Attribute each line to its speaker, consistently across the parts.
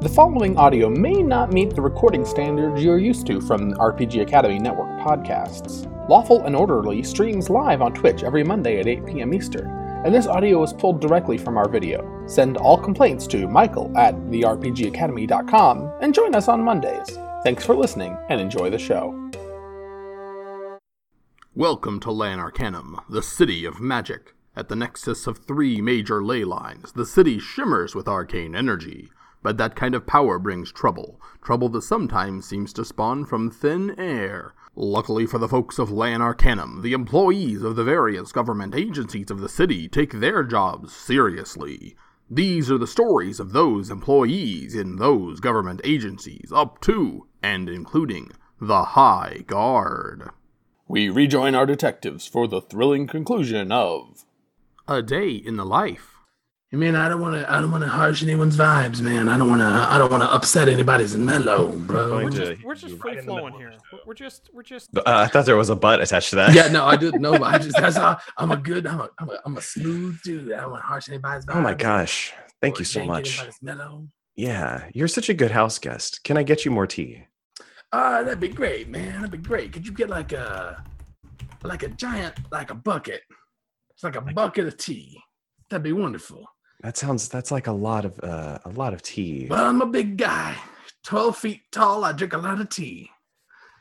Speaker 1: The following audio may not meet the recording standards you're used to from the RPG Academy Network podcasts. Lawful and Orderly streams live on Twitch every Monday at 8 p.m. Eastern, and this audio is pulled directly from our video. Send all complaints to Michael at therpgacademy.com and join us on Mondays. Thanks for listening and enjoy the show. Welcome to Lan Arcanum, the city of magic. At the nexus of three major ley lines, the city shimmers with arcane energy. But that kind of power brings trouble, trouble that sometimes seems to spawn from thin air. Luckily for the folks of Lan Arcanum, the employees of the various government agencies of the city take their jobs seriously. These are the stories of those employees in those government agencies, up to and including the High Guard. We rejoin our detectives for the thrilling conclusion of A Day in the Life.
Speaker 2: I mean, I don't want to. I don't want to harsh anyone's vibes, man. I don't want to. I don't want to upset anybody's mellow, bro.
Speaker 3: We're
Speaker 4: to
Speaker 3: just, we're just
Speaker 4: be
Speaker 3: free
Speaker 4: right in the
Speaker 3: flowing
Speaker 4: middle
Speaker 3: here.
Speaker 4: of
Speaker 3: We're- We're just we're just
Speaker 4: Uh, I thought there was a butt attached to that.
Speaker 2: Yeah, no, I didn't know. I just that's how I'm a good. I'm a. I'm a, I'm a smooth dude. I don't want to harsh anybody's vibes.
Speaker 4: Oh my gosh. Thank
Speaker 2: or
Speaker 4: you so
Speaker 2: jank
Speaker 4: much.
Speaker 2: anybody's Mellow.
Speaker 4: Yeah, you're such a good house guest. Can I get you more tea?
Speaker 2: Ah, that'd be great, man. That'd be great. Could you get like a, like a giant, like a bucket? It's like a bucket of tea. That'd be wonderful.
Speaker 4: That sounds. That's like a lot of uh, a lot of tea.
Speaker 2: Well, I'm a big guy, twelve feet tall. I drink a lot of tea.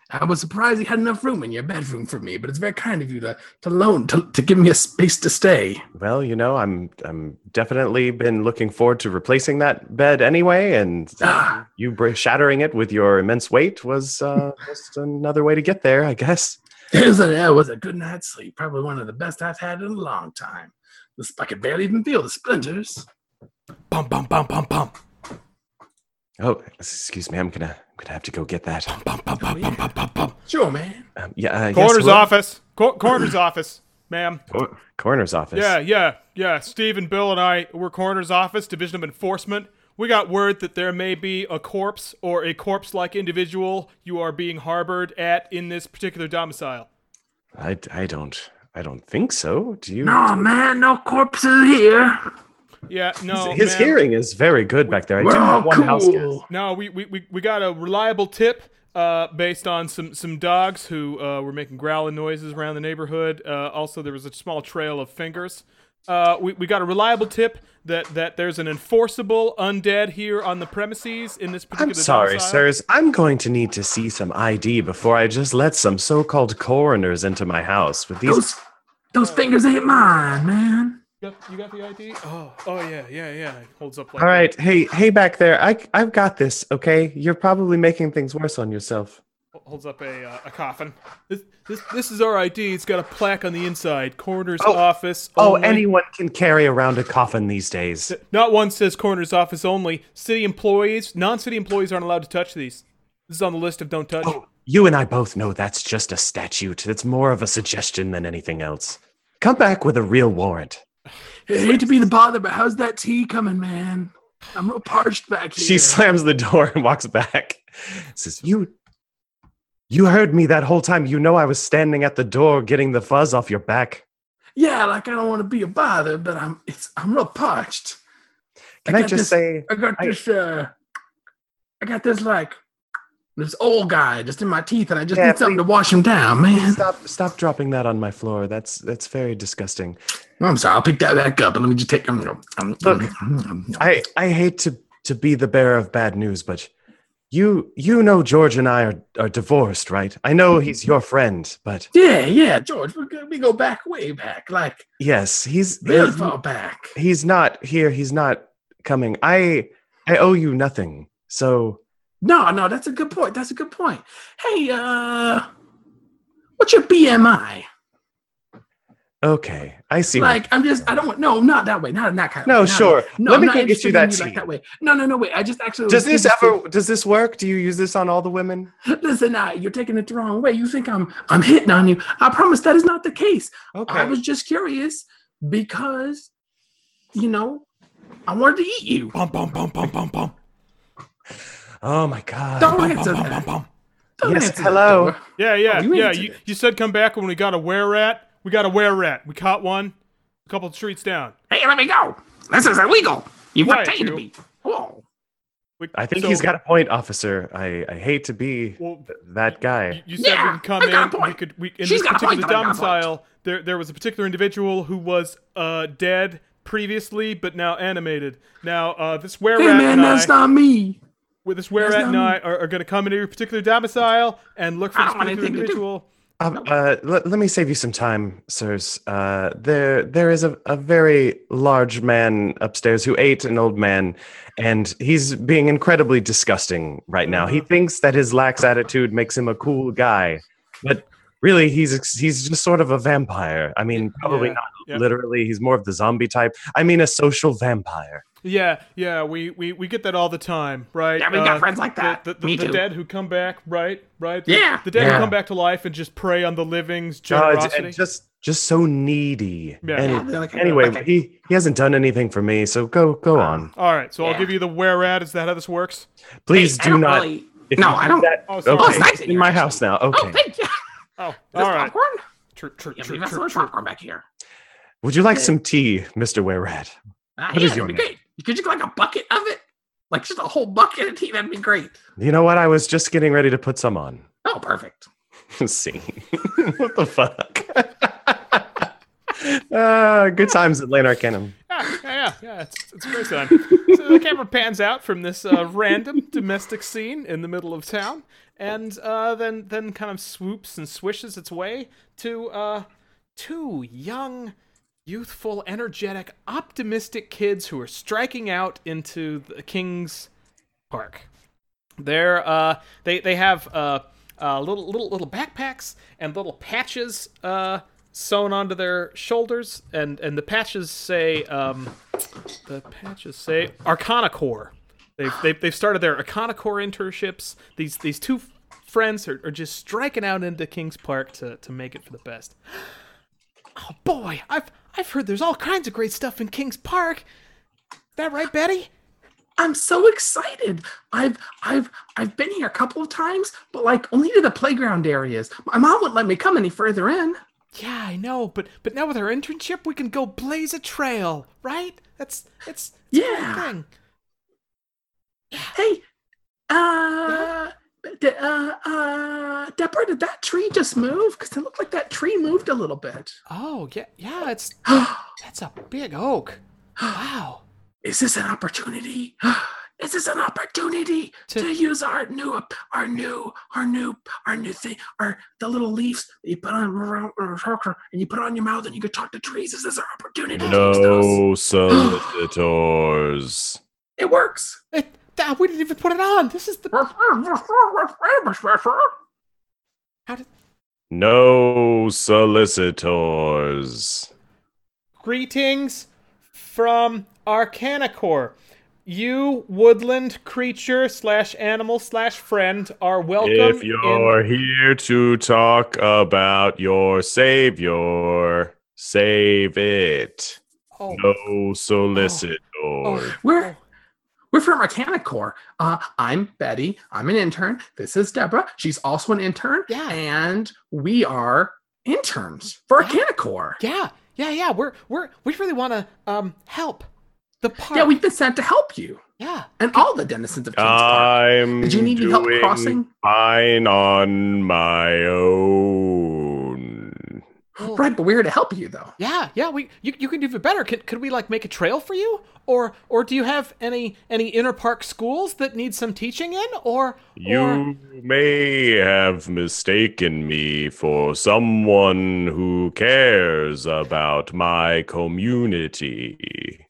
Speaker 2: I was surprised you had enough room in your bedroom for me, but it's very kind of you to to loan to, to give me a space to stay.
Speaker 4: Well, you know, I'm I'm definitely been looking forward to replacing that bed anyway, and
Speaker 2: Ah,
Speaker 4: you br- shattering it with your immense weight was uh, just another way to get there, I guess.
Speaker 2: it was, a, it was a good night's sleep. Probably one of the best I've had in a long time. This, I could barely even feel the splinters.
Speaker 1: Bum bum bum bum bum
Speaker 4: Oh, excuse me, I'm gonna I'm gonna have to go get that.
Speaker 1: bum bum bum
Speaker 2: yeah.
Speaker 1: bum bum bum bum.
Speaker 2: Sure, man.
Speaker 4: Um, yeah, uh, yes,
Speaker 3: coroner's
Speaker 4: well-
Speaker 3: office. Co- coroner's office, ma'am.
Speaker 4: Cor- coroner's office.
Speaker 3: Yeah, yeah, yeah. Steve and Bill and I we're coroner's office, division of enforcement. We got word that there may be a corpse or a corpse-like individual you are being harbored at in this particular domicile.
Speaker 4: I, I don't I don't think so. Do you?
Speaker 2: No, Oh, man, no corpses here.
Speaker 3: Yeah, no.
Speaker 4: His
Speaker 3: ma'am.
Speaker 4: hearing is very good back there. I do
Speaker 2: We're all
Speaker 4: have one house guest.
Speaker 2: cool.
Speaker 3: No, we, we, we, we got a reliable tip uh, based on some, some dogs who uh, were making growling noises around the neighborhood. Uh, also, there was a small trail of fingers. Uh, we, we got a reliable tip that, that there's an enforceable undead here on the premises in this particular
Speaker 4: I'm sorry,
Speaker 3: domicile.
Speaker 4: sirs. I'm going to need to see some ID before I just let some so-called coroners into my house with these.
Speaker 2: Those those fingers ain't mine, man.
Speaker 3: You got, you got the ID? Oh, oh yeah, yeah, yeah. It holds up like
Speaker 4: All
Speaker 3: that.
Speaker 4: right, hey, hey, back there. I I've got this. Okay, you're probably making things worse on yourself.
Speaker 3: holds up a, uh, a coffin. This, this this is our ID. It's got a plaque on the inside. Coroner's
Speaker 4: Oh.
Speaker 3: office.
Speaker 4: Oh,
Speaker 3: only.
Speaker 4: anyone can carry around a coffin these days.
Speaker 3: Not one says coroner's office only. City employees, non-city employees aren't allowed to touch these. This is on the list of don't touch.
Speaker 4: Oh, you and I both know that's just a statute. It's more of a suggestion than anything else. Come back with a real warrant.
Speaker 2: I hate to be the bother, but how's that tea coming, man? I'm real parched back here.
Speaker 4: She slams the door and walks back. Says, "You, you heard me that whole time. You know I was standing at the door getting the fuzz off your back.
Speaker 2: yeah, like I don't want to be a bother, but I'm it's I'm real parched.
Speaker 4: Can
Speaker 2: I
Speaker 4: I,
Speaker 2: got
Speaker 4: just
Speaker 2: this-
Speaker 4: say,
Speaker 2: I got
Speaker 4: I-
Speaker 2: this uh I got this like this old guy just in my teeth and I just
Speaker 4: Yeah,
Speaker 2: need something to wash him down, man.
Speaker 4: stop, stop dropping that on my floor. That's that's very disgusting.
Speaker 2: I'm sorry, I'll pick that back up and let me just take um, um,
Speaker 4: Look,
Speaker 2: um,
Speaker 4: I I hate to to be the bearer of bad news, but you you know George and I are are divorced, right? I know he's your friend, but
Speaker 2: Yeah, yeah, George, we go, we go back way back, like
Speaker 4: yes, he's
Speaker 2: real far back.
Speaker 4: he's not here. He's not coming. I I owe you nothing, so."
Speaker 2: No, no, that's a good point. That's a good point. Hey, uh what's your BMI?
Speaker 4: Okay, I see. what
Speaker 2: Like I'm just I don't want no not that way not not kind of
Speaker 4: No,
Speaker 2: way, not
Speaker 4: sure.
Speaker 2: that- no
Speaker 4: Let
Speaker 2: I'm
Speaker 4: me
Speaker 2: not
Speaker 4: go get
Speaker 2: interested
Speaker 4: you that
Speaker 2: in like
Speaker 4: tea.
Speaker 2: that way no no no wait I just actually was
Speaker 4: Does this
Speaker 2: interested-
Speaker 4: ever does this work? Do you use this on all the women?
Speaker 2: Listen, I, you're taking it the wrong way. You think I'm I'm hitting on you. I promise that is not the case. I
Speaker 4: Okay.
Speaker 2: was just curious because, you know, I wanted to eat you.
Speaker 1: Bum bum bum bum bum bum.
Speaker 4: oh my god.
Speaker 2: Don't
Speaker 1: Bum
Speaker 2: answer
Speaker 1: bum bum bum
Speaker 2: that.
Speaker 1: bum.
Speaker 2: Don't
Speaker 4: Yes,
Speaker 2: answer that
Speaker 4: hello.
Speaker 2: door.
Speaker 3: Yeah, yeah,
Speaker 2: Oh, you
Speaker 3: yeah.
Speaker 2: answered
Speaker 3: You,
Speaker 2: it.
Speaker 3: you said come back when we got a were rat. We got a were rat. We caught one a couple of streets down.
Speaker 2: Hey, let me go. This is illegal. You've
Speaker 3: Quiet,
Speaker 2: retained
Speaker 3: you.
Speaker 2: me. Whoa.
Speaker 3: We-
Speaker 4: I think
Speaker 3: so-
Speaker 4: he's got a point, officer. I, I hate to be
Speaker 3: Well,
Speaker 4: th- that
Speaker 3: You,
Speaker 4: guy.
Speaker 3: you said
Speaker 2: Yeah,
Speaker 3: we could come
Speaker 2: I got a
Speaker 3: in. We
Speaker 2: point.
Speaker 3: could. We, in
Speaker 2: She's
Speaker 3: this
Speaker 2: got a
Speaker 3: particular
Speaker 2: point, I got a point.
Speaker 3: domicile, there there was a particular individual who was uh, dead previously, but now animated. Now uh, this were
Speaker 2: Hey,
Speaker 3: rat
Speaker 2: man,
Speaker 3: and I,
Speaker 2: that's not me.
Speaker 3: with this were
Speaker 2: that's
Speaker 3: rat
Speaker 2: not
Speaker 3: and
Speaker 2: me.
Speaker 3: I are, are going to come into your particular domicile and look for
Speaker 2: I
Speaker 3: this
Speaker 2: don't want
Speaker 3: particular
Speaker 2: anything to do.
Speaker 3: individual.
Speaker 4: Um, uh, let, let me save you some time, sirs. Uh, there, there is a, a very large man upstairs who ate an old man, and he's being incredibly disgusting right now.
Speaker 3: Mm-hmm.
Speaker 4: He thinks that his lax attitude makes him a cool guy, but really, he's ex- he's just sort of a vampire. I mean, probably
Speaker 3: Yeah,
Speaker 4: not
Speaker 3: yeah.
Speaker 4: literally. He's more of the zombie type. I mean, a social vampire.
Speaker 3: Yeah, yeah, we, we, we get that all the time, right?
Speaker 2: Yeah, we
Speaker 3: Uh,
Speaker 2: got friends like
Speaker 3: the,
Speaker 2: that.
Speaker 3: the, the,
Speaker 2: me
Speaker 3: the
Speaker 2: too.
Speaker 3: dead who come back, right? Right? The,
Speaker 2: Yeah.
Speaker 3: The dead who
Speaker 4: Yeah.
Speaker 3: come back to life and just prey on the living's
Speaker 4: No, it's-
Speaker 3: generosity.
Speaker 4: Uh, and just just so needy.
Speaker 3: Yeah.
Speaker 4: And-
Speaker 2: Yeah, they're like,
Speaker 4: anyway,
Speaker 2: okay.
Speaker 4: he he hasn't done anything for me, so go go
Speaker 3: Ah.
Speaker 4: on.
Speaker 3: all right, so I'll
Speaker 2: Yeah.
Speaker 3: give you the where rat. Is that how this works?
Speaker 4: Please
Speaker 2: Hey, I
Speaker 4: do
Speaker 2: don't
Speaker 4: not.
Speaker 2: really-
Speaker 4: if
Speaker 2: No,
Speaker 4: you
Speaker 2: I
Speaker 4: do
Speaker 2: don't-
Speaker 4: that-
Speaker 3: Oh, sorry.
Speaker 4: okay,
Speaker 3: Oh, it's
Speaker 4: it's
Speaker 2: nice in
Speaker 4: in
Speaker 2: here,
Speaker 4: my house now.
Speaker 2: Oh,
Speaker 4: Okay.
Speaker 2: thank you. Is
Speaker 3: Oh,
Speaker 2: this
Speaker 3: all right.
Speaker 2: popcorn?
Speaker 3: True, true,
Speaker 2: Yeah,
Speaker 3: true,
Speaker 2: we got so
Speaker 3: true,
Speaker 2: much
Speaker 3: true.
Speaker 2: popcorn back here.
Speaker 4: Would you like some tea, Mister Were Rat?
Speaker 2: Uh,
Speaker 4: What
Speaker 2: yeah,
Speaker 4: is your
Speaker 2: that'd be
Speaker 4: name?
Speaker 2: great. You could just get, like a bucket of it, like just a whole bucket of tea. That'd be great.
Speaker 4: You know what? I was just getting ready to put some on.
Speaker 2: Oh, perfect.
Speaker 4: See, what the fuck? Ah, good times at Lane Arcanum.
Speaker 3: Yeah, yeah, yeah, yeah. It's, it's a great time. so the camera pans out from this uh, random domestic scene in the middle of town, and uh, then then kind of swoops and swishes its way to uh, two young, youthful, energetic, optimistic kids who are striking out into the King's Park. They're uh, they they have uh, uh, little little little backpacks and little patches uh, sewn onto their shoulders, and and the patches say um, the patches say Arcana Corps. They've, they've they've started their Arcana Corps internships. These these two friends are, are just striking out into Kings Park to to make it for the best. Oh boy, I've I've heard there's all kinds of great stuff in Kings Park. That right, Betty?
Speaker 2: I'm so excited. I've I've I've been here a couple of times, but like only to the playground areas. My mom wouldn't let me come any further in.
Speaker 3: Yeah, I know, but but now with our internship, we can go blaze a trail, right? That's it's, it's a
Speaker 2: Yeah.
Speaker 3: great thing.
Speaker 2: Hey, uh, d- uh, uh, Deborah, did that tree just move? Because it looked like that tree moved a little bit.
Speaker 3: Oh yeah, yeah, it's that's a big oak. Wow.
Speaker 2: Is this an opportunity? Is this an opportunity
Speaker 3: To-
Speaker 2: to, use our new, our new, our new, our new thing, our the little leaves that you put on around- around- and you put on your mouth and you can talk to trees? Is this our opportunity? to use those?
Speaker 4: solicitors.
Speaker 2: it works.
Speaker 3: It, ah, we didn't even put it on. This is the how did,
Speaker 4: No solicitors.
Speaker 3: greetings from Arcanicor. You woodland creature slash animal slash friend are welcome.
Speaker 4: If
Speaker 3: in-
Speaker 4: you're here to talk about your savior, save it.
Speaker 3: oh,
Speaker 4: No solicitor.
Speaker 3: oh,
Speaker 2: We're we're from Arcanicore. Uh, I'm Betty. I'm an intern. This is Deborah. She's also an intern.
Speaker 3: Yeah.
Speaker 2: And we are interns for
Speaker 3: Yeah.
Speaker 2: Arcanicore.
Speaker 3: yeah, yeah, yeah. We're we're we really want to um help the park.
Speaker 2: Yeah, we've been sent to help you
Speaker 3: yeah. Uh,
Speaker 2: and all the denizens of Kings Park.
Speaker 4: I'm
Speaker 2: Did you need any help
Speaker 4: doing
Speaker 2: crossing?
Speaker 4: fine on my own.
Speaker 3: Well,
Speaker 2: Right, but we're here to help you though.
Speaker 3: Yeah, yeah, we you, you can do even better. Could, could we like make a trail for you, or or do you have any any inner park schools that need some teaching in, or or,
Speaker 4: You may have mistaken me for someone who cares about my community.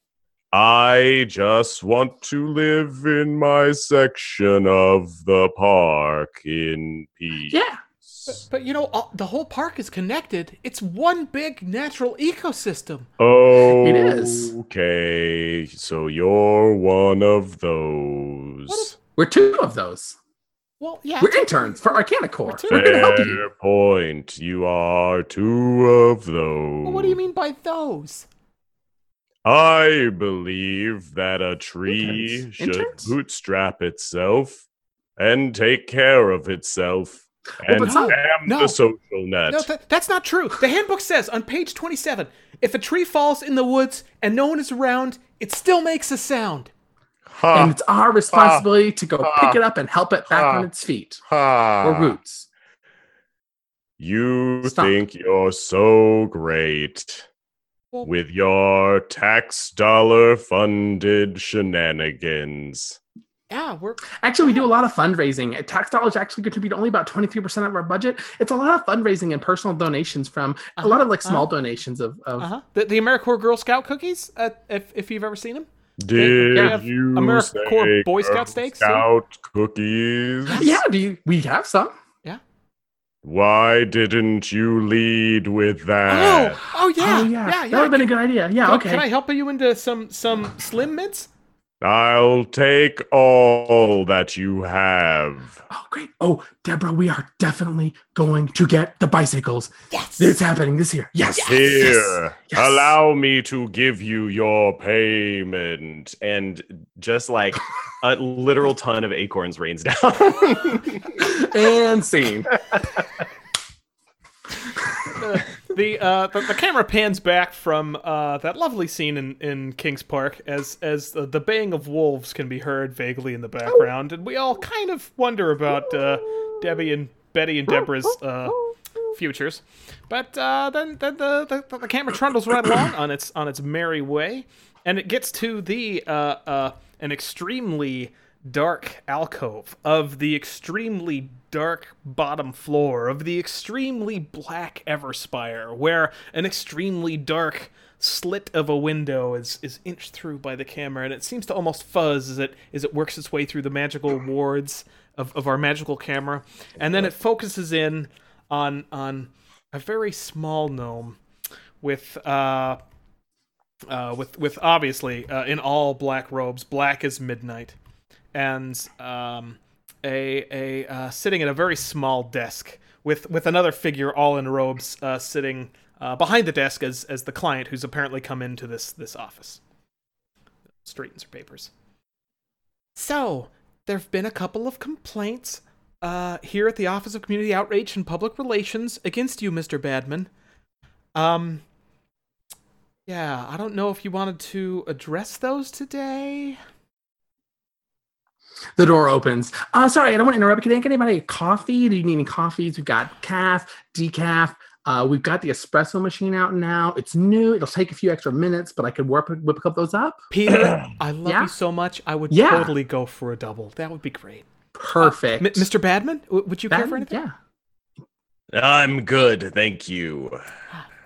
Speaker 4: I just want to live in my section of the park in peace.
Speaker 2: Yeah.
Speaker 3: but, but you know all, the whole park is connected. It's one big natural ecosystem.
Speaker 4: Oh,
Speaker 2: It is.
Speaker 4: Okay, so you're one of those.
Speaker 2: We're two of those.
Speaker 3: Well, yeah,
Speaker 2: We're interns for Arcanicore.
Speaker 3: We're two.
Speaker 2: We're here to help you.
Speaker 4: Fair point. You are two of those.
Speaker 3: well, what do you mean by those?
Speaker 4: I believe that a tree
Speaker 2: Interns.
Speaker 4: should
Speaker 2: Interns?
Speaker 4: bootstrap itself and take care of itself
Speaker 2: Well,
Speaker 4: and
Speaker 2: but some-
Speaker 4: am
Speaker 3: no.
Speaker 4: the social net.
Speaker 3: No, th- that's not true. The handbook says on page twenty-seven, if a tree falls in the woods and no one is around, it still makes a sound.
Speaker 2: and
Speaker 4: Ha,
Speaker 2: it's our responsibility to go pick it up and help it back
Speaker 4: Ah.
Speaker 2: on its feet
Speaker 4: ha.
Speaker 2: or roots.
Speaker 4: You
Speaker 2: Stop.
Speaker 4: think you're so great
Speaker 3: Well-
Speaker 4: with your tax dollar funded shenanigans.
Speaker 3: Yeah, we're
Speaker 2: Actually, we do a lot of fundraising. Tax dollars actually contribute only about 23% of our budget. It's a lot of fundraising and personal donations from a lot of like small donations of, of
Speaker 3: uh-huh. the, the AmeriCorps Girl Scout cookies. Uh, if if you've ever seen them,
Speaker 4: Did
Speaker 3: have
Speaker 4: you
Speaker 3: AmeriCorps
Speaker 4: say
Speaker 3: Boy Scout
Speaker 4: Girl
Speaker 3: steaks, too?
Speaker 4: Scout cookies?
Speaker 2: Yeah, do you, we have some.
Speaker 4: Why didn't you lead with that?
Speaker 3: oh, oh yeah,
Speaker 2: Uh, oh,
Speaker 3: yeah,
Speaker 2: yeah.
Speaker 3: yeah.
Speaker 2: That would have been a good idea. Yeah,
Speaker 3: Can-
Speaker 2: okay.
Speaker 3: Can I help you into some some slim mints?
Speaker 4: I'll take all that you have.
Speaker 2: Oh, great. Oh, Deborah, we are definitely going to get the bicycles.
Speaker 3: Yes.
Speaker 2: It's happening this year. Yes.
Speaker 4: Here,
Speaker 2: yes.
Speaker 4: allow me to give you your payment. And just like a literal ton of acorns rains down.
Speaker 2: and scene.
Speaker 3: the, uh, the the camera pans back from uh, that lovely scene in, in Kings Park as as uh, the baying of wolves can be heard vaguely in the background, and we all kind of wonder about uh, Debbie and Betty and Deborah's uh, futures. But uh, then, then the, the the camera trundles right along on its on its merry way, and it gets to the uh, uh, an extremely dark alcove of the extremely dark bottom floor of the extremely black Everspire, where an extremely dark slit of a window is, is inched through by the camera, and it seems to almost fuzz as it as it works its way through the magical wards of, of our magical camera, and then it focuses in on on a very small gnome with uh uh, with with obviously uh, in all black robes, black as midnight, and um, a a uh, sitting at a very small desk with with another figure all in robes uh, sitting uh, behind the desk as as the client who's apparently come into this this office. Straightens her papers. So there've been a couple of complaints uh, here at the Office of Community Outreach and Public Relations against you, Mister Badman. Um. Yeah, I don't know if you wanted to address those today.
Speaker 2: The door opens. Uh, sorry, I don't want to interrupt. Can I get anybody a coffee? Do you need any coffees? We've got calf, decaf. Uh, we've got the espresso machine out now. It's new. It'll take a few extra minutes, but I could whip, whip a couple of those up.
Speaker 3: Peter, I love
Speaker 2: Yeah?
Speaker 3: you so much. I would
Speaker 2: Yeah.
Speaker 3: totally go for a double. That would be great.
Speaker 2: Perfect.
Speaker 3: Uh, M- Mr. Badman, w- would you care for
Speaker 2: That-
Speaker 3: anything?
Speaker 2: Yeah.
Speaker 4: I'm good, thank you.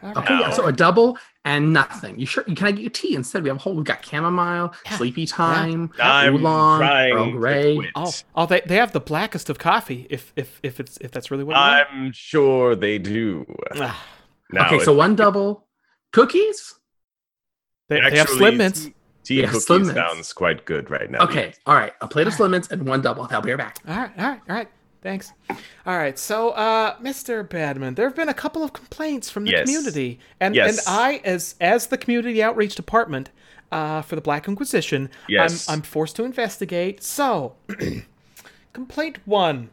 Speaker 3: All right.
Speaker 2: Okay. Yeah. So a double and nothing. You sure? Can I get you tea instead? We have a whole. We've got chamomile,
Speaker 3: Yeah.
Speaker 2: sleepy time,
Speaker 4: I'm
Speaker 2: oolong,
Speaker 4: trying
Speaker 2: Earl
Speaker 4: to
Speaker 2: Grey.
Speaker 4: quit.
Speaker 3: Oh, oh, they, they have the blackest of coffee. If if if it's if that's really what you want.
Speaker 4: I'm sure they do.
Speaker 3: Ah,
Speaker 4: Now,
Speaker 2: okay,
Speaker 4: if
Speaker 2: so one double, cookies.
Speaker 3: They, they have
Speaker 4: actually,
Speaker 3: slim mints.
Speaker 4: Tea, tea
Speaker 2: Yeah,
Speaker 4: cookies
Speaker 2: Slim Mints.
Speaker 4: sounds quite good right now.
Speaker 2: Okay, all right. A plate of Slim Mints and one double. I'll be right back.
Speaker 3: All right, all right, all right. Thanks. All right. So, uh, Mr. Badman, there have been a couple of complaints from the
Speaker 4: Yes.
Speaker 3: community, and
Speaker 4: Yes.
Speaker 3: and I, as as the community outreach department uh, for the Black Inquisition,
Speaker 4: Yes.
Speaker 3: I'm I'm forced to investigate. So, complaint one: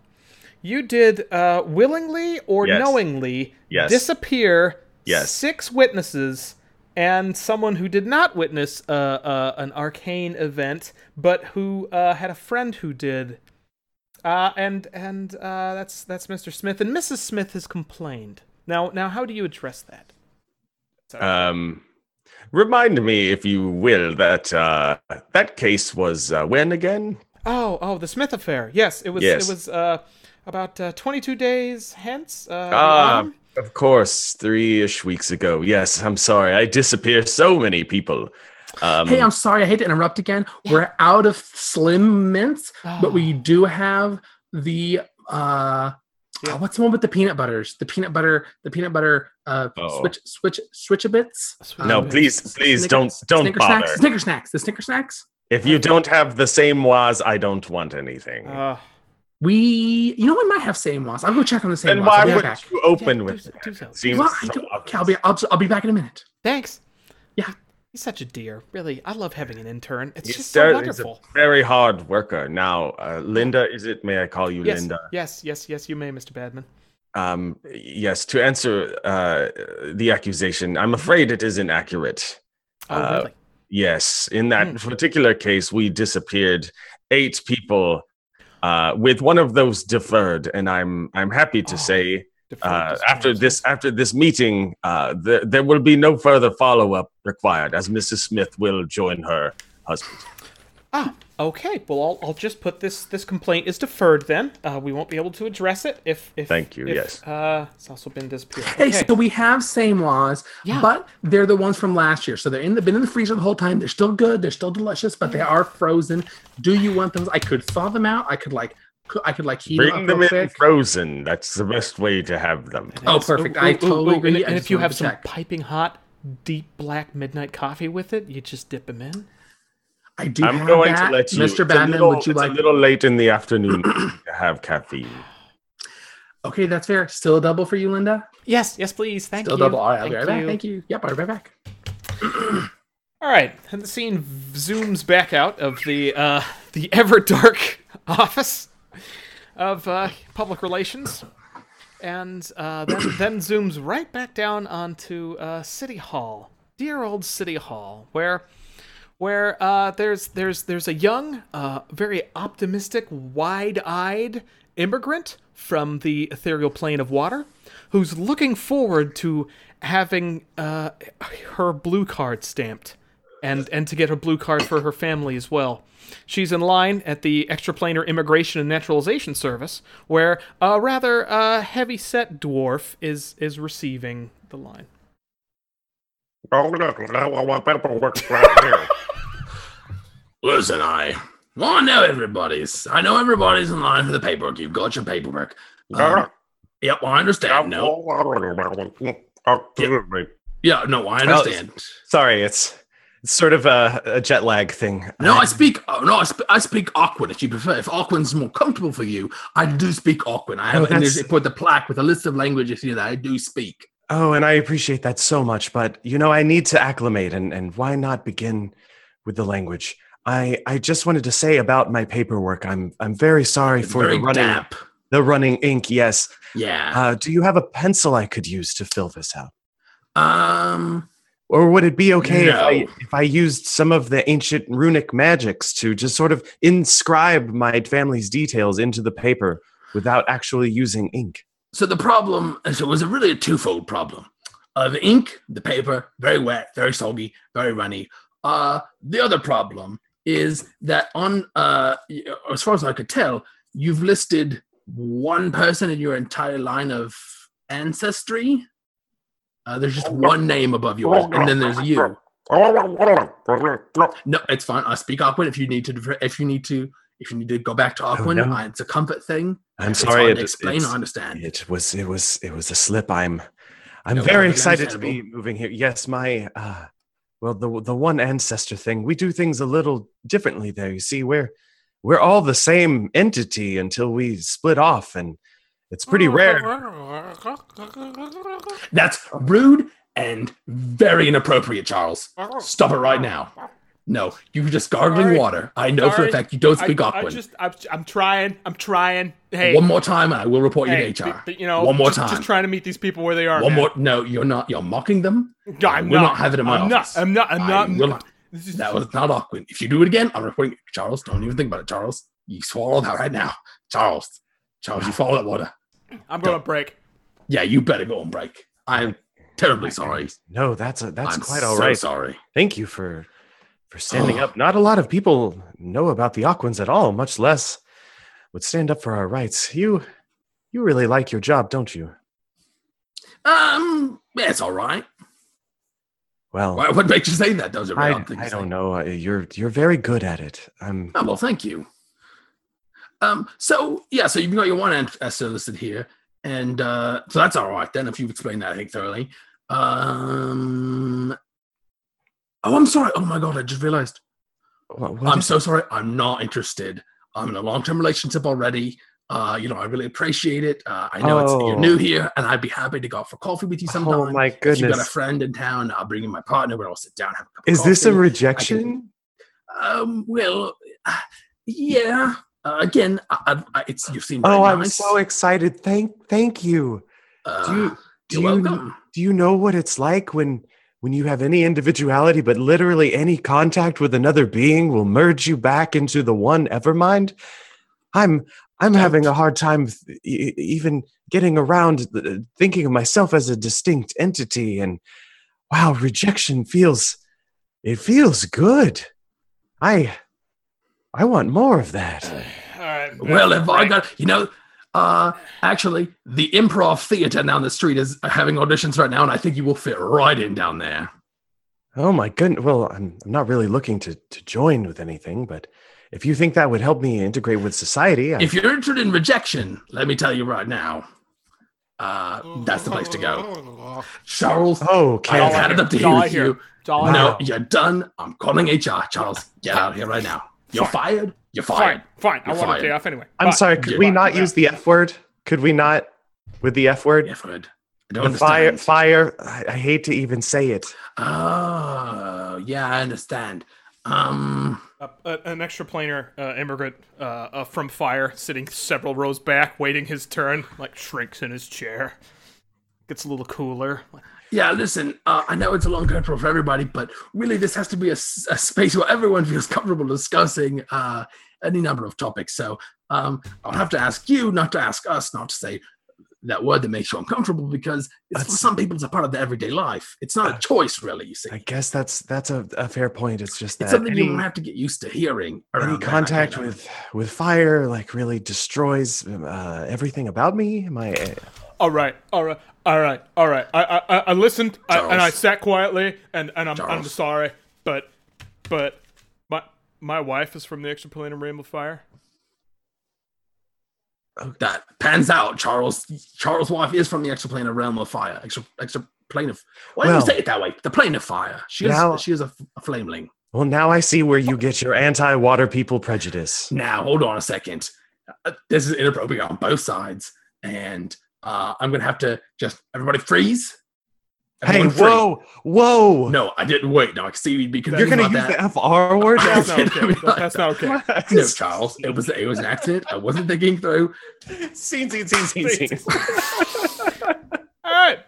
Speaker 3: you did uh, willingly or
Speaker 4: Yes.
Speaker 3: knowingly
Speaker 4: Yes.
Speaker 3: disappear
Speaker 4: Yes.
Speaker 3: six witnesses and someone who did not witness uh, uh, an arcane event, but who uh, had a friend who did. Uh, and and uh, that's that's Mr. Smith and Mrs. Smith has complained. Now now, how do you address that?
Speaker 4: Um, remind me, if you will, that uh, that case was uh, when again?
Speaker 3: Oh, oh, the Smith affair. Yes, it was.
Speaker 4: Yes.
Speaker 3: It was uh, about uh, 22 days hence. Uh, in the
Speaker 4: Ah,
Speaker 3: autumn.
Speaker 4: of course, three-ish weeks ago. Yes, I'm sorry, I disappear so many people. Um,
Speaker 2: Hey, I'm sorry. I hate to interrupt again. We're out of Slim Mints, but we
Speaker 3: Oh.
Speaker 2: do have the uh,
Speaker 3: Yeah.
Speaker 2: uh, what's the one with the peanut butters? The peanut butter, the peanut butter uh,
Speaker 4: Oh.
Speaker 2: switch, switch, switch a bits.
Speaker 3: Switch-
Speaker 4: no,
Speaker 3: um,
Speaker 4: please, please don't don't
Speaker 2: Snicker
Speaker 4: bother.
Speaker 2: snacks, Snicker snacks, the Snicker snacks.
Speaker 4: If you don't have the same was, I don't want anything.
Speaker 3: Uh,
Speaker 2: We, you know, we might have same ones. I'll go check on the same
Speaker 4: then
Speaker 2: ones. I'll
Speaker 4: why
Speaker 2: be right
Speaker 4: would
Speaker 2: back.
Speaker 4: you open
Speaker 3: yeah, do
Speaker 4: with
Speaker 3: so-
Speaker 4: it?
Speaker 3: do so.
Speaker 4: Seems
Speaker 2: Well, I
Speaker 4: so
Speaker 2: don't, okay,
Speaker 4: obvious.
Speaker 2: I'll be, I'll, I'll be back in a minute.
Speaker 3: Thanks.
Speaker 2: Yeah.
Speaker 3: He's such a dear. Really, I love having an intern. It's
Speaker 4: He's
Speaker 3: just
Speaker 4: very-
Speaker 3: so
Speaker 4: he's a
Speaker 3: wonderful.
Speaker 4: very hard worker. Now, uh, Linda, is it? May I call you
Speaker 3: Yes,
Speaker 4: Linda?
Speaker 3: yes, yes, yes. You may, Mr. Badman.
Speaker 4: Um, yes, to answer uh, the accusation, I'm afraid it isn't accurate.
Speaker 3: Oh,
Speaker 4: Uh,
Speaker 3: really?
Speaker 4: Yes, in that
Speaker 5: Mm.
Speaker 4: particular case, we disappeared eight people, uh, with one of those deferred, and I'm I'm happy to
Speaker 5: Oh.
Speaker 4: say
Speaker 5: Deferred
Speaker 4: uh,
Speaker 5: disposal.
Speaker 4: after this after this meeting, uh, there, there will be no further follow up required, as Mrs. Smith will join her husband.
Speaker 3: Ah, okay. Well, I'll, I'll just put this this complaint is deferred then. Uh, we won't be able to address it if. if
Speaker 4: Thank you,
Speaker 3: if,
Speaker 4: yes.
Speaker 3: Uh, it's also been disappeared.
Speaker 6: Hey,
Speaker 3: Okay.
Speaker 6: so we have same laws,
Speaker 3: Yeah.
Speaker 6: but they're the ones from last year. So they're in the been in the freezer the whole time. They're still good. They're still delicious, but they are frozen. Do you want them? I could thaw them out. I could like coo- I could like heat them
Speaker 4: Bring them
Speaker 6: up real
Speaker 4: in
Speaker 6: quick.
Speaker 4: frozen. That's the best way to have them.
Speaker 6: Oh,
Speaker 3: Yes.
Speaker 6: perfect. I totally
Speaker 3: and-
Speaker 6: agree. I
Speaker 3: And
Speaker 6: just
Speaker 3: if you
Speaker 6: wanted
Speaker 3: have
Speaker 6: to
Speaker 3: some
Speaker 6: check.
Speaker 3: piping hot, deep black midnight coffee with it, you just dip them in.
Speaker 6: I do.
Speaker 4: I'm
Speaker 6: have
Speaker 4: going
Speaker 6: that.
Speaker 4: to let you. it's a
Speaker 6: Mr. Batman.
Speaker 4: little-
Speaker 6: would you
Speaker 4: it's
Speaker 6: like?
Speaker 4: a little late in the afternoon to have caffeine?
Speaker 6: Okay, that's fair. Still a double for you, Linda.
Speaker 3: Yes, yes, please. Thank
Speaker 6: Still
Speaker 3: you.
Speaker 6: double. All right, I'll be
Speaker 3: Thank
Speaker 6: right back.
Speaker 3: you.
Speaker 6: Thank you. Yep, I'll be right back.
Speaker 3: All right, and the scene zooms back out of the uh, the ever dark office of uh, public relations, and uh, then then zooms right back down onto uh, City Hall, dear old City Hall, where where uh, there's there's there's a young, uh, very optimistic, wide-eyed immigrant from the ethereal plane of water, who's looking forward to having uh, her blue card stamped, and and to get her blue card for her family as well. She's in line at the Extraplanar Immigration and Naturalization Service, where a rather uh, heavy-set dwarf is is receiving the line.
Speaker 7: Oh, look, paperwork's right here.
Speaker 2: Listen, I. Well, I know everybody's. I know everybody's in line for the paperwork. You've got your paperwork. Um, yep, well, I understand. No, yeah, no, I
Speaker 4: it's-
Speaker 2: understand.
Speaker 4: Sorry, it's it's sort of a, a jet lag thing.
Speaker 2: No, I speak. Oh, no, I, sp- I speak Aquan if you prefer. If Aquan's more comfortable for you, I do speak Aquan. I have
Speaker 4: Oh,
Speaker 2: it in
Speaker 4: that's-
Speaker 2: this- for the plaque with a list of languages here that I do speak.
Speaker 4: Oh, and I appreciate that so much, but you know, I need to acclimate and, and why not begin with the language? I, I just wanted to say about my paperwork. I'm I'm very sorry
Speaker 2: It's
Speaker 4: for
Speaker 2: very
Speaker 4: the running
Speaker 2: damp. Ah.
Speaker 4: the running ink, yes.
Speaker 2: Yeah.
Speaker 4: Uh, do you have a pencil I could use to fill this out? Uh,
Speaker 2: um.
Speaker 4: Or would it be okay if,
Speaker 2: No.
Speaker 4: I, if I used some of the ancient runic magics to just sort of inscribe my family's details into the paper without actually using ink?
Speaker 2: So the problem. So it was a really a twofold problem. Uh, the ink, the paper, very wet, very soggy, very runny. Uh, the other problem is that on uh, y- as far as I could tell, you've listed one person in your entire line of ancestry. Uh, there's just one name above yours, and then there's you. No, it's fine. I speak Aquan if you need to. diver- If you need to. If you need to go back to Aquan,
Speaker 4: Oh, no.
Speaker 2: I- it's a comfort thing.
Speaker 4: I'm
Speaker 2: It's
Speaker 4: sorry.
Speaker 2: hard
Speaker 4: it-
Speaker 2: to explain.
Speaker 4: it's-
Speaker 2: I understand.
Speaker 4: It was it was it was a slip. I'm I'm
Speaker 2: No,
Speaker 4: very
Speaker 2: totally
Speaker 4: excited to be moving here. Yes, my uh well the the one ancestor thing. We do things a little differently there. You see, we're we're all the same entity until we split off and it's
Speaker 5: Oh,
Speaker 3: Oh,
Speaker 4: pretty rare.
Speaker 2: That's rude and very inappropriate, Charles. Stop it right now. No, you're just gargling
Speaker 5: Sorry.
Speaker 2: water. I know for
Speaker 5: Sorry.
Speaker 2: a fact you don't
Speaker 5: I,
Speaker 2: speak
Speaker 5: oh. I
Speaker 2: Aquan.
Speaker 5: just I'm, I'm trying. I'm trying. Hey,
Speaker 2: One more time, and I will report
Speaker 5: hey,
Speaker 2: you to HR.
Speaker 5: th- th- you know,
Speaker 2: one more
Speaker 5: just,
Speaker 2: time.
Speaker 5: Just trying to meet these people where they are.
Speaker 2: one
Speaker 5: man.
Speaker 2: more. No, you're not. You're mocking them.
Speaker 5: No, I'm
Speaker 2: We're
Speaker 5: not,
Speaker 2: not having it in my
Speaker 5: I'm
Speaker 2: office.
Speaker 5: Not, I'm not. I'm
Speaker 2: I
Speaker 5: not.
Speaker 2: will not.
Speaker 5: This is-
Speaker 2: That was not Aquan. If you do it again, I'm reporting you. Charles, don't even think about it, Charles. You swallow that right now. Charles, Charles, you swallow that water.
Speaker 5: I'm going to break.
Speaker 2: Yeah, you better go on break. I'm terribly sorry.
Speaker 4: No, that's a, Oh that's
Speaker 2: I'm
Speaker 4: quite
Speaker 2: so
Speaker 4: all right.
Speaker 2: sorry.
Speaker 4: Thank you for for standing up. Not a lot of people know about the Aquans at all, much less would stand up for our rights. You you really like your job, don't you?
Speaker 2: Um, yeah, it's all right.
Speaker 4: Well,
Speaker 2: Why- What makes you say that? That was a
Speaker 4: I,
Speaker 2: real thing. to
Speaker 4: I
Speaker 2: say.
Speaker 4: don't know. Uh, You're you're very good at it. I'm
Speaker 2: Oh, well, thank you. Um, so yeah, so you've got your one ancestor listed here, and uh, so that's all right then. If you've explained that, I think thoroughly. Um, oh, I'm sorry. Oh my god, I just realized.
Speaker 4: wha- what
Speaker 2: I'm
Speaker 4: is-
Speaker 2: so sorry. I'm not interested. I'm in a long-term relationship already. Uh, you know, I really appreciate it. Uh, I know it's,
Speaker 4: Oh.
Speaker 2: you're new here, and I'd be happy to go out for coffee with you sometime.
Speaker 4: oh my
Speaker 2: If you've got a
Speaker 4: goodness.
Speaker 2: friend in town, I'll bring in my partner. We'll all sit down, have a cup of
Speaker 4: Is this a
Speaker 2: coffee.
Speaker 4: rejection?
Speaker 2: Um, well, uh, yeah. Uh, again, I, I, I- it's you've seen. Very
Speaker 4: Oh, I'm
Speaker 2: nice.
Speaker 4: so excited. Thank thank you.
Speaker 2: Uh,
Speaker 4: Do you
Speaker 2: you're
Speaker 4: do you,
Speaker 2: welcome.
Speaker 4: do you know what it's like when when you have any individuality, but literally any contact with another being will merge you back into the one Evermind. I'm I'm having a hard time th- e- e- even getting around th- thinking of myself as a distinct entity. And wow, rejection feels it feels good. I I want more of that.
Speaker 3: All right.
Speaker 2: Well, if I got, you know, uh, actually, the improv theater down the street is having auditions right now, and I think you will fit right in down there.
Speaker 4: Oh my goodness. Well, I'm I'm not really looking to to join with anything, but if you think that would help me integrate with society, I,
Speaker 2: If you're interested in rejection, let me tell you right now, uh, that's the place to go. Charles,
Speaker 4: okay.
Speaker 2: I had it up to here with you.
Speaker 3: It's
Speaker 4: Oh,
Speaker 3: all I hear.
Speaker 2: No, you're done. I'm calling HR. Charles, get out of here right now. You're fired. You're
Speaker 8: Fine,
Speaker 2: fired.
Speaker 8: fine. I
Speaker 2: You're
Speaker 8: want
Speaker 2: fired.
Speaker 8: to day off anyway.
Speaker 4: I'm
Speaker 8: Bye.
Speaker 4: sorry. Could
Speaker 2: Yeah.
Speaker 4: we not use the F word? Could we not with the F word?
Speaker 2: Yeah, Fred. I don't
Speaker 4: The fire,
Speaker 2: understand.
Speaker 4: fire. I, I hate to even say it.
Speaker 2: Oh, yeah, I understand. Um,
Speaker 8: Uh, a- an extra planar uh, immigrant uh, uh, from fire, sitting several rows back, waiting his turn. Like shrinks in his chair, gets a little cooler.
Speaker 2: yeah, listen, uh, I know it's a long intro for everybody, but really, this has to be a, s- a space where everyone feels comfortable discussing uh, any number of topics. So um, I'll have to ask you not to ask us not to say that word that makes you uncomfortable because it's for
Speaker 4: That's-
Speaker 2: some people, it's a part of their everyday life. It's not a choice, really. You see,
Speaker 4: I guess that's that's a, a fair point. It's just that
Speaker 2: it's something
Speaker 4: any,
Speaker 2: you have to get used to hearing. around
Speaker 4: any
Speaker 2: that, I
Speaker 4: contact
Speaker 2: think.
Speaker 4: with with fire like really destroys uh, everything about me. eh, My
Speaker 8: All right, all right, all right, all right. I I, I- I listened I, and I
Speaker 2: Charles.
Speaker 8: sat quietly, and, and I'm I'm
Speaker 2: Charles.
Speaker 8: sorry, but but my my wife is from the extraplanar realm of fire.
Speaker 2: that pans out. Charles Charles' wife is from the extraplanar realm of fire. Extra extraplanar. f- Why do
Speaker 4: Well-
Speaker 2: you say it that way? The plane of fire. She
Speaker 4: Now-
Speaker 2: is she is a, f- a flameling.
Speaker 4: well, now I see where you get your anti-water people prejudice.
Speaker 2: Now hold on a second. Uh, This is inappropriate on both sides, and uh, I'm gonna have to just everybody freeze.
Speaker 4: Hey,
Speaker 2: Everyone freeze.
Speaker 4: whoa, whoa!
Speaker 2: No, I didn't wait. No, I see you'd be confused
Speaker 4: You're gonna
Speaker 2: about
Speaker 4: use
Speaker 2: that.
Speaker 4: the FR word.
Speaker 2: I
Speaker 8: That's not
Speaker 2: didn't
Speaker 8: okay.
Speaker 2: realize
Speaker 8: That- that's not okay.
Speaker 4: What?
Speaker 2: No, Charles, it was it was an accident. I wasn't thinking through.
Speaker 4: Scene, scene, scene, scene, scene.
Speaker 3: All right.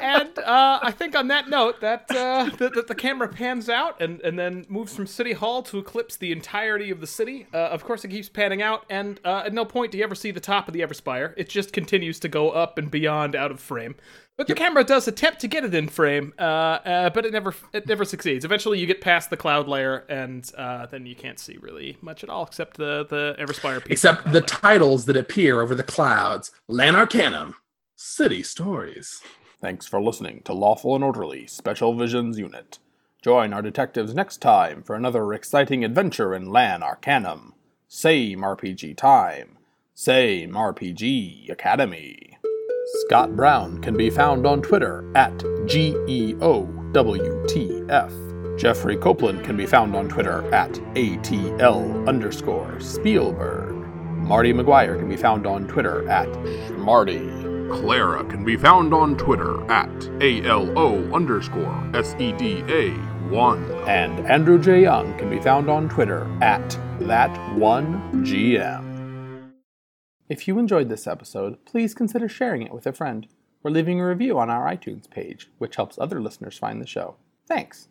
Speaker 3: and uh, I think on that note, that uh, the, the, the camera pans out and, and then moves from City Hall to eclipse the entirety of the city. Uh, of course, it keeps panning out, and uh, at no point do you ever see the top of the Everspire. It just continues to go up and beyond out of frame. But the camera does attempt to get it in frame, uh, uh, but it never it never succeeds. Eventually, you get past the cloud layer, and uh, then you can't see really much at all except the the Everspire piece.
Speaker 2: Except the titles that appear over the clouds: Lanarcanum, City Stories.
Speaker 1: Thanks for listening to Lawful and Orderly Special Visions Unit. Join our detectives next time for another exciting adventure in Lan Arcanum. Same RPG time, same RPG Academy. Scott Brown can be found on Twitter at G E O W T F. Jeffrey Copeland can be found on Twitter at ATL underscore Spielberg. Marty McGuire can be found on Twitter at Marty. Clara can be found on Twitter at ALO underscore E SEDA 1. And Andrew J. Young can be found on Twitter at That1GM. If you enjoyed this episode, please consider sharing it with a friend or leaving a review on our iTunes page, which helps other listeners find the show. Thanks.